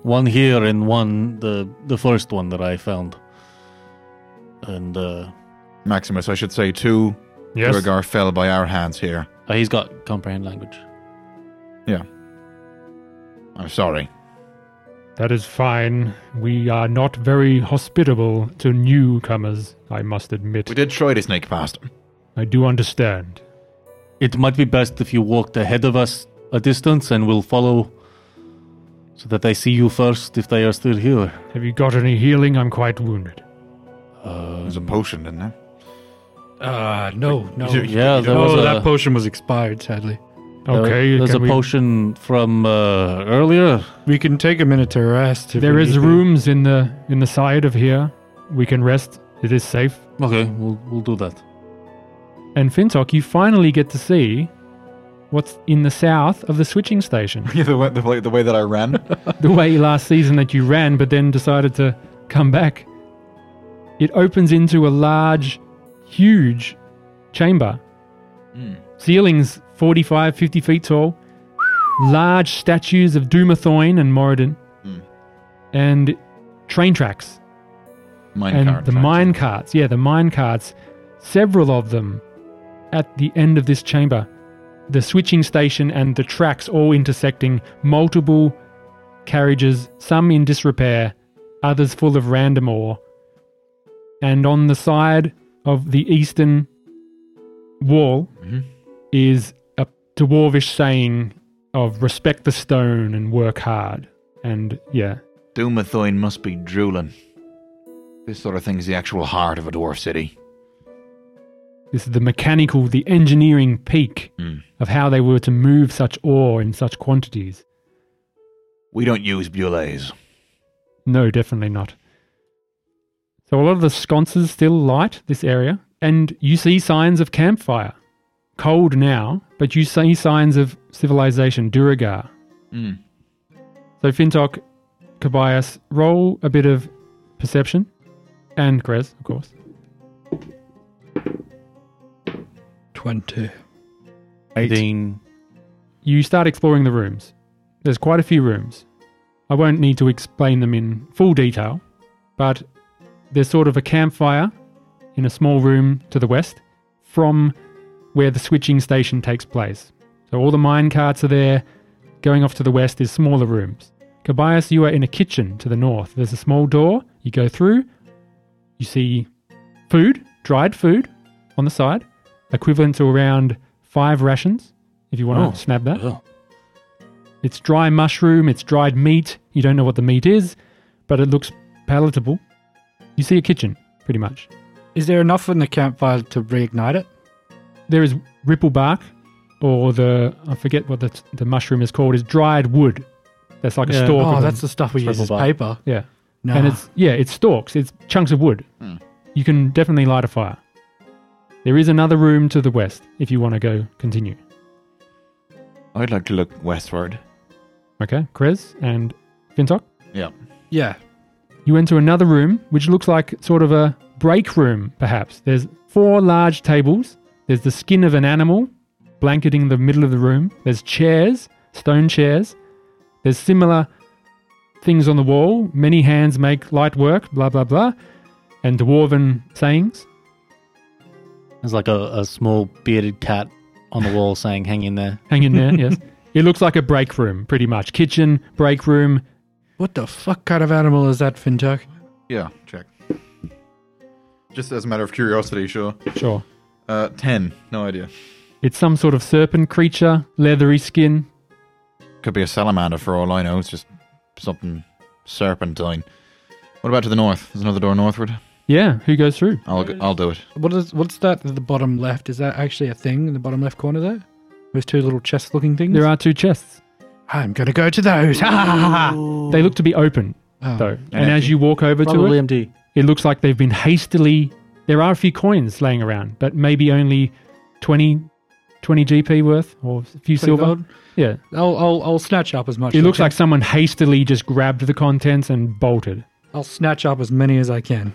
One here and one, the, the first one that I found. And uh, Maximus, I should say, two Yes. Duragar fell by our hands here. uh, he's got comprehend language. I'm sorry. That is fine. We are not very hospitable to newcomers, I must admit. We did try to sneak past him. I do understand. It might be best if you walked ahead of us a distance and we'll follow so that they see you first if they are still here. Have you got any healing? I'm quite wounded. Uh, There's a potion, didn't there? Uh no, no. You- you- Yeah, there was a, no, Oh, that potion was expired, sadly. there- Okay, there's can a we- potion from uh, earlier. We can take a minute to rest. If there we is need to. rooms in the in the side of here. We can rest. It is safe. Okay, we'll we'll do that. And Fintok, you finally get to see what's in the south of the switching station. Yeah, the way, the, way, the way that I ran. the way last season that you ran, but then decided to come back. It opens into a large, huge chamber. Ceilings 45, 50 feet tall. large statues of Dumathoin and Moradin. And train tracks Mine and cart the tracks. mine carts. Yeah, the mine carts, several of them at the end of this chamber. The switching station and the tracks all intersecting, multiple carriages, some in disrepair, others full of random ore. And on the side of the eastern wall is a dwarvish saying of respect the stone and work hard. And yeah, Dumathoin must be drooling. This sort of thing's the actual heart of a dwarf city. This is the mechanical, the engineering peak Hmm. of how they were to move such ore in such quantities. We don't use Bules. No, definitely not. So a lot of the sconces still light this area, and you see signs of campfire. Cold now, but you see signs of civilization, Duragar. So Fintok, Kobayas, roll a bit of perception, and Krez, of course. 20. Dean. you start exploring the rooms. There's quite a few rooms. I won't need to explain them in full detail, but there's sort of a campfire in a small room to the west from where the switching station takes place. So all the mine carts are there. Going off to the west is smaller rooms. Kobayas, you are in a kitchen to the north. There's a small door. You go through. You see food, dried food on the side, equivalent to around five rations if you want to snap that. Oh. It's dry mushroom, it's dried meat. You don't know what the meat is, but it looks palatable. You see a kitchen, pretty much. Is there enough in the campfire to reignite it? There is ripple bark, or the, I forget what the, the mushroom is called, is dried wood. That's like a Yeah. stalk. Oh, of that's them. the stuff we use as Triple bar. paper. Yeah. No. And it's, yeah, it's stalks, it's chunks of wood. You can definitely light a fire. There is another room to the west if you want to go continue. I'd like to look westward. Okay, Krez and Fintok? Yeah. yeah. You enter another room, which looks like sort of a break room, perhaps. There's four large tables. There's the skin of an animal blanketing the middle of the room. There's chairs, stone chairs. There's similar things on the wall. Many hands make light work, blah, blah, blah. And dwarven sayings. There's like a, a small bearded cat on the wall saying, hang in there. Hang in there, yes. It looks like a break room, pretty much. Kitchen, break room. What the fuck kind of animal is that, Fintuck? Yeah, check. Just as a matter of curiosity, sure. Sure. Uh, 10. No idea. It's some sort of serpent creature, leathery skin. Could be a salamander for all I know. It's just something serpentine. What about to the north? There's another door northward. Yeah, who goes through? I'll go, I'll do it. What is what's that at the bottom left? Is that actually a thing in the bottom left corner there? Those two little chest looking things? There are two chests. I'm gonna go to those. Ha ha ha ha. They look to be open, Oh. though. And as empty. you walk over to Probably it, MD. it looks like they've been hastily. There are a few coins laying around, but maybe only 20, 20 GP worth or a few silver. gold? Yeah. I'll, I'll I'll snatch up as much. It as I looks can. like someone hastily just grabbed the contents and bolted. I'll snatch up as many as I can.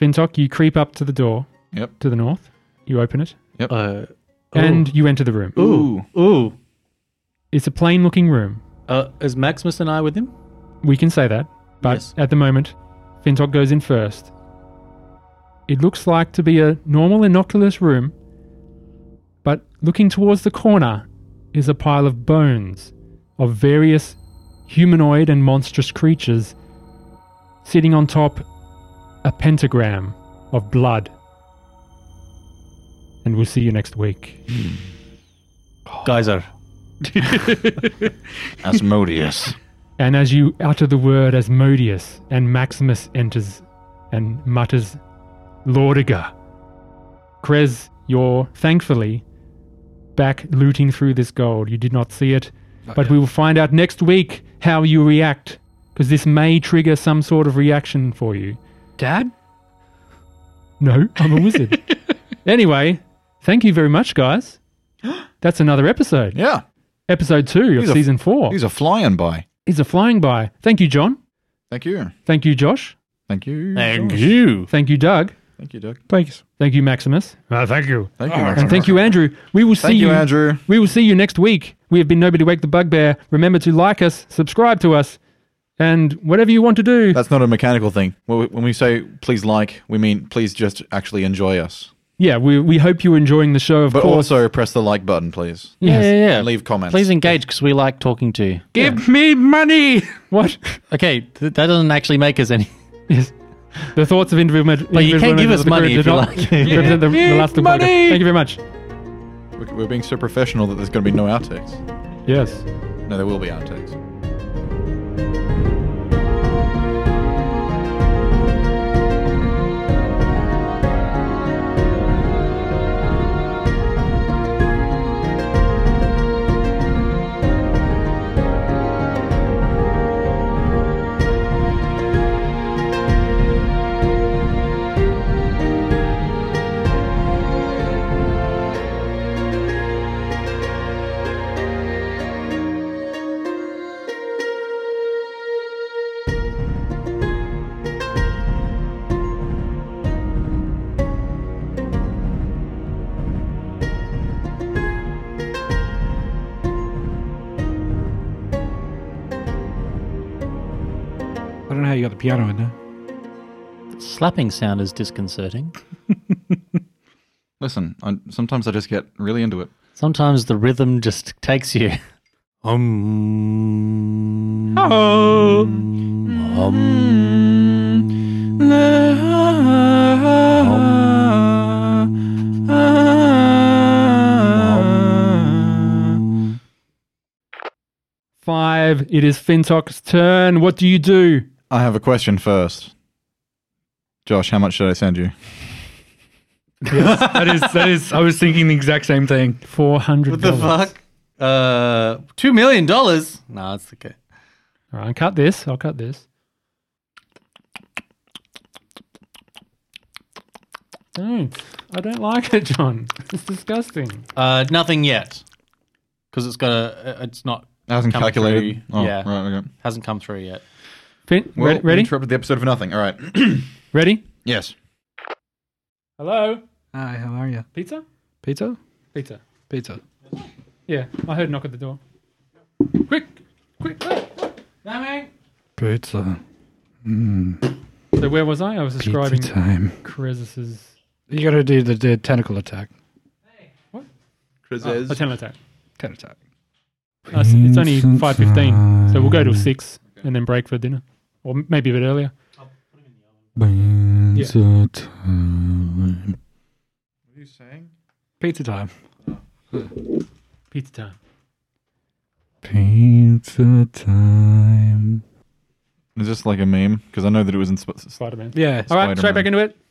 Fintok, you creep up to the door Yep. to the north. You open it Uh, and you enter the room. ooh. Ooh. It's a plain looking room. Uh, is Maximus and I with him? We can say that, but Yes. at the moment, Fintok goes in first. It looks like to be a normal innocuous room, but looking towards the corner is a pile of bones of various humanoid and monstrous creatures sitting on top a pentagram of blood. And we'll see you next week. Geyser. Asmodeus. And as you utter the word Asmodeus, and Maximus enters and mutters, Laudiger. Krez, you're thankfully back looting through this gold. You did not see it, but we will find out next week how you react, because this may trigger some sort of reaction for you. Dad? No, I'm a wizard. anyway, thank you very much, guys. That's another episode. yeah. Episode two of He's a- season Oh. four. He's a flying by. He's a flying by. Thank you, John. Thank you. Thank you, Josh. Thank you. you. Thank you, Doug. Thank you, Doug. Thanks. Thank you, Maximus. thank you. Thank you. And thank you, Andrew. We will see Thank you, you, Andrew. We will see you next week. We have been Nobody Wake the Bugbear. Remember to like us, subscribe to us, and whatever you want to do. That's not a mechanical thing. When we- when we say please like, we mean please just actually enjoy us. yeah, we, we hope you're enjoying the show, of But course. also press the like button, please. Yeah, yeah, yeah. And leave comments. Please engage because we like talking to you. Give me money. what? Okay, th- that doesn't actually make us any. yes. The thoughts of individual. But you can give us money if you like. represent the, the last of Blogger. Thank you very much. We're we're being so professional that there's going to be no outtakes. Yes. No, there will be outtakes. I don't know how you got the piano in there. Slapping sound is disconcerting. Listen, I, sometimes I just get really into it. Sometimes the rhythm just takes you. Um, um, um, um. Five. It is Fintok's turn. What do you do? I have a question first. Josh, how much should I send you? that is that is. I was thinking the exact same thing. Four hundred. What fuck? Uh, two million dollars? No, it's okay. All right, cut this. I'll cut this. No, Mm, I don't like it, John. It's disgusting. Uh, nothing yet, because it's got a. It's not Hasn't Come calculated. Oh, through, yeah. Right, okay. hasn't come through yet. Fin- Well, re- ready? Interrupted the episode for nothing. All right. Oh, ready? yes. Hello? Hi, how are you? Pizza? Pizza? Pizza. Pizza. Yeah, I heard a knock at the door. Quick! Quick! quick. Damn Pizza. Hmm, it. So where was I? I was describing time. Kresus's You gotta do the, the tentacle attack. Chris oh, a 10 attack. Ten attack. Uh, s- it's only 5.15, so we'll go till 6 and then break for dinner. Or m- maybe a bit earlier. What are you saying? Pizza time. Pizza time. Pizza time. Is this like a meme? Because I know that it was in. Sp- Spider-Man. Yeah. All right, straight Spider-Man. back into it.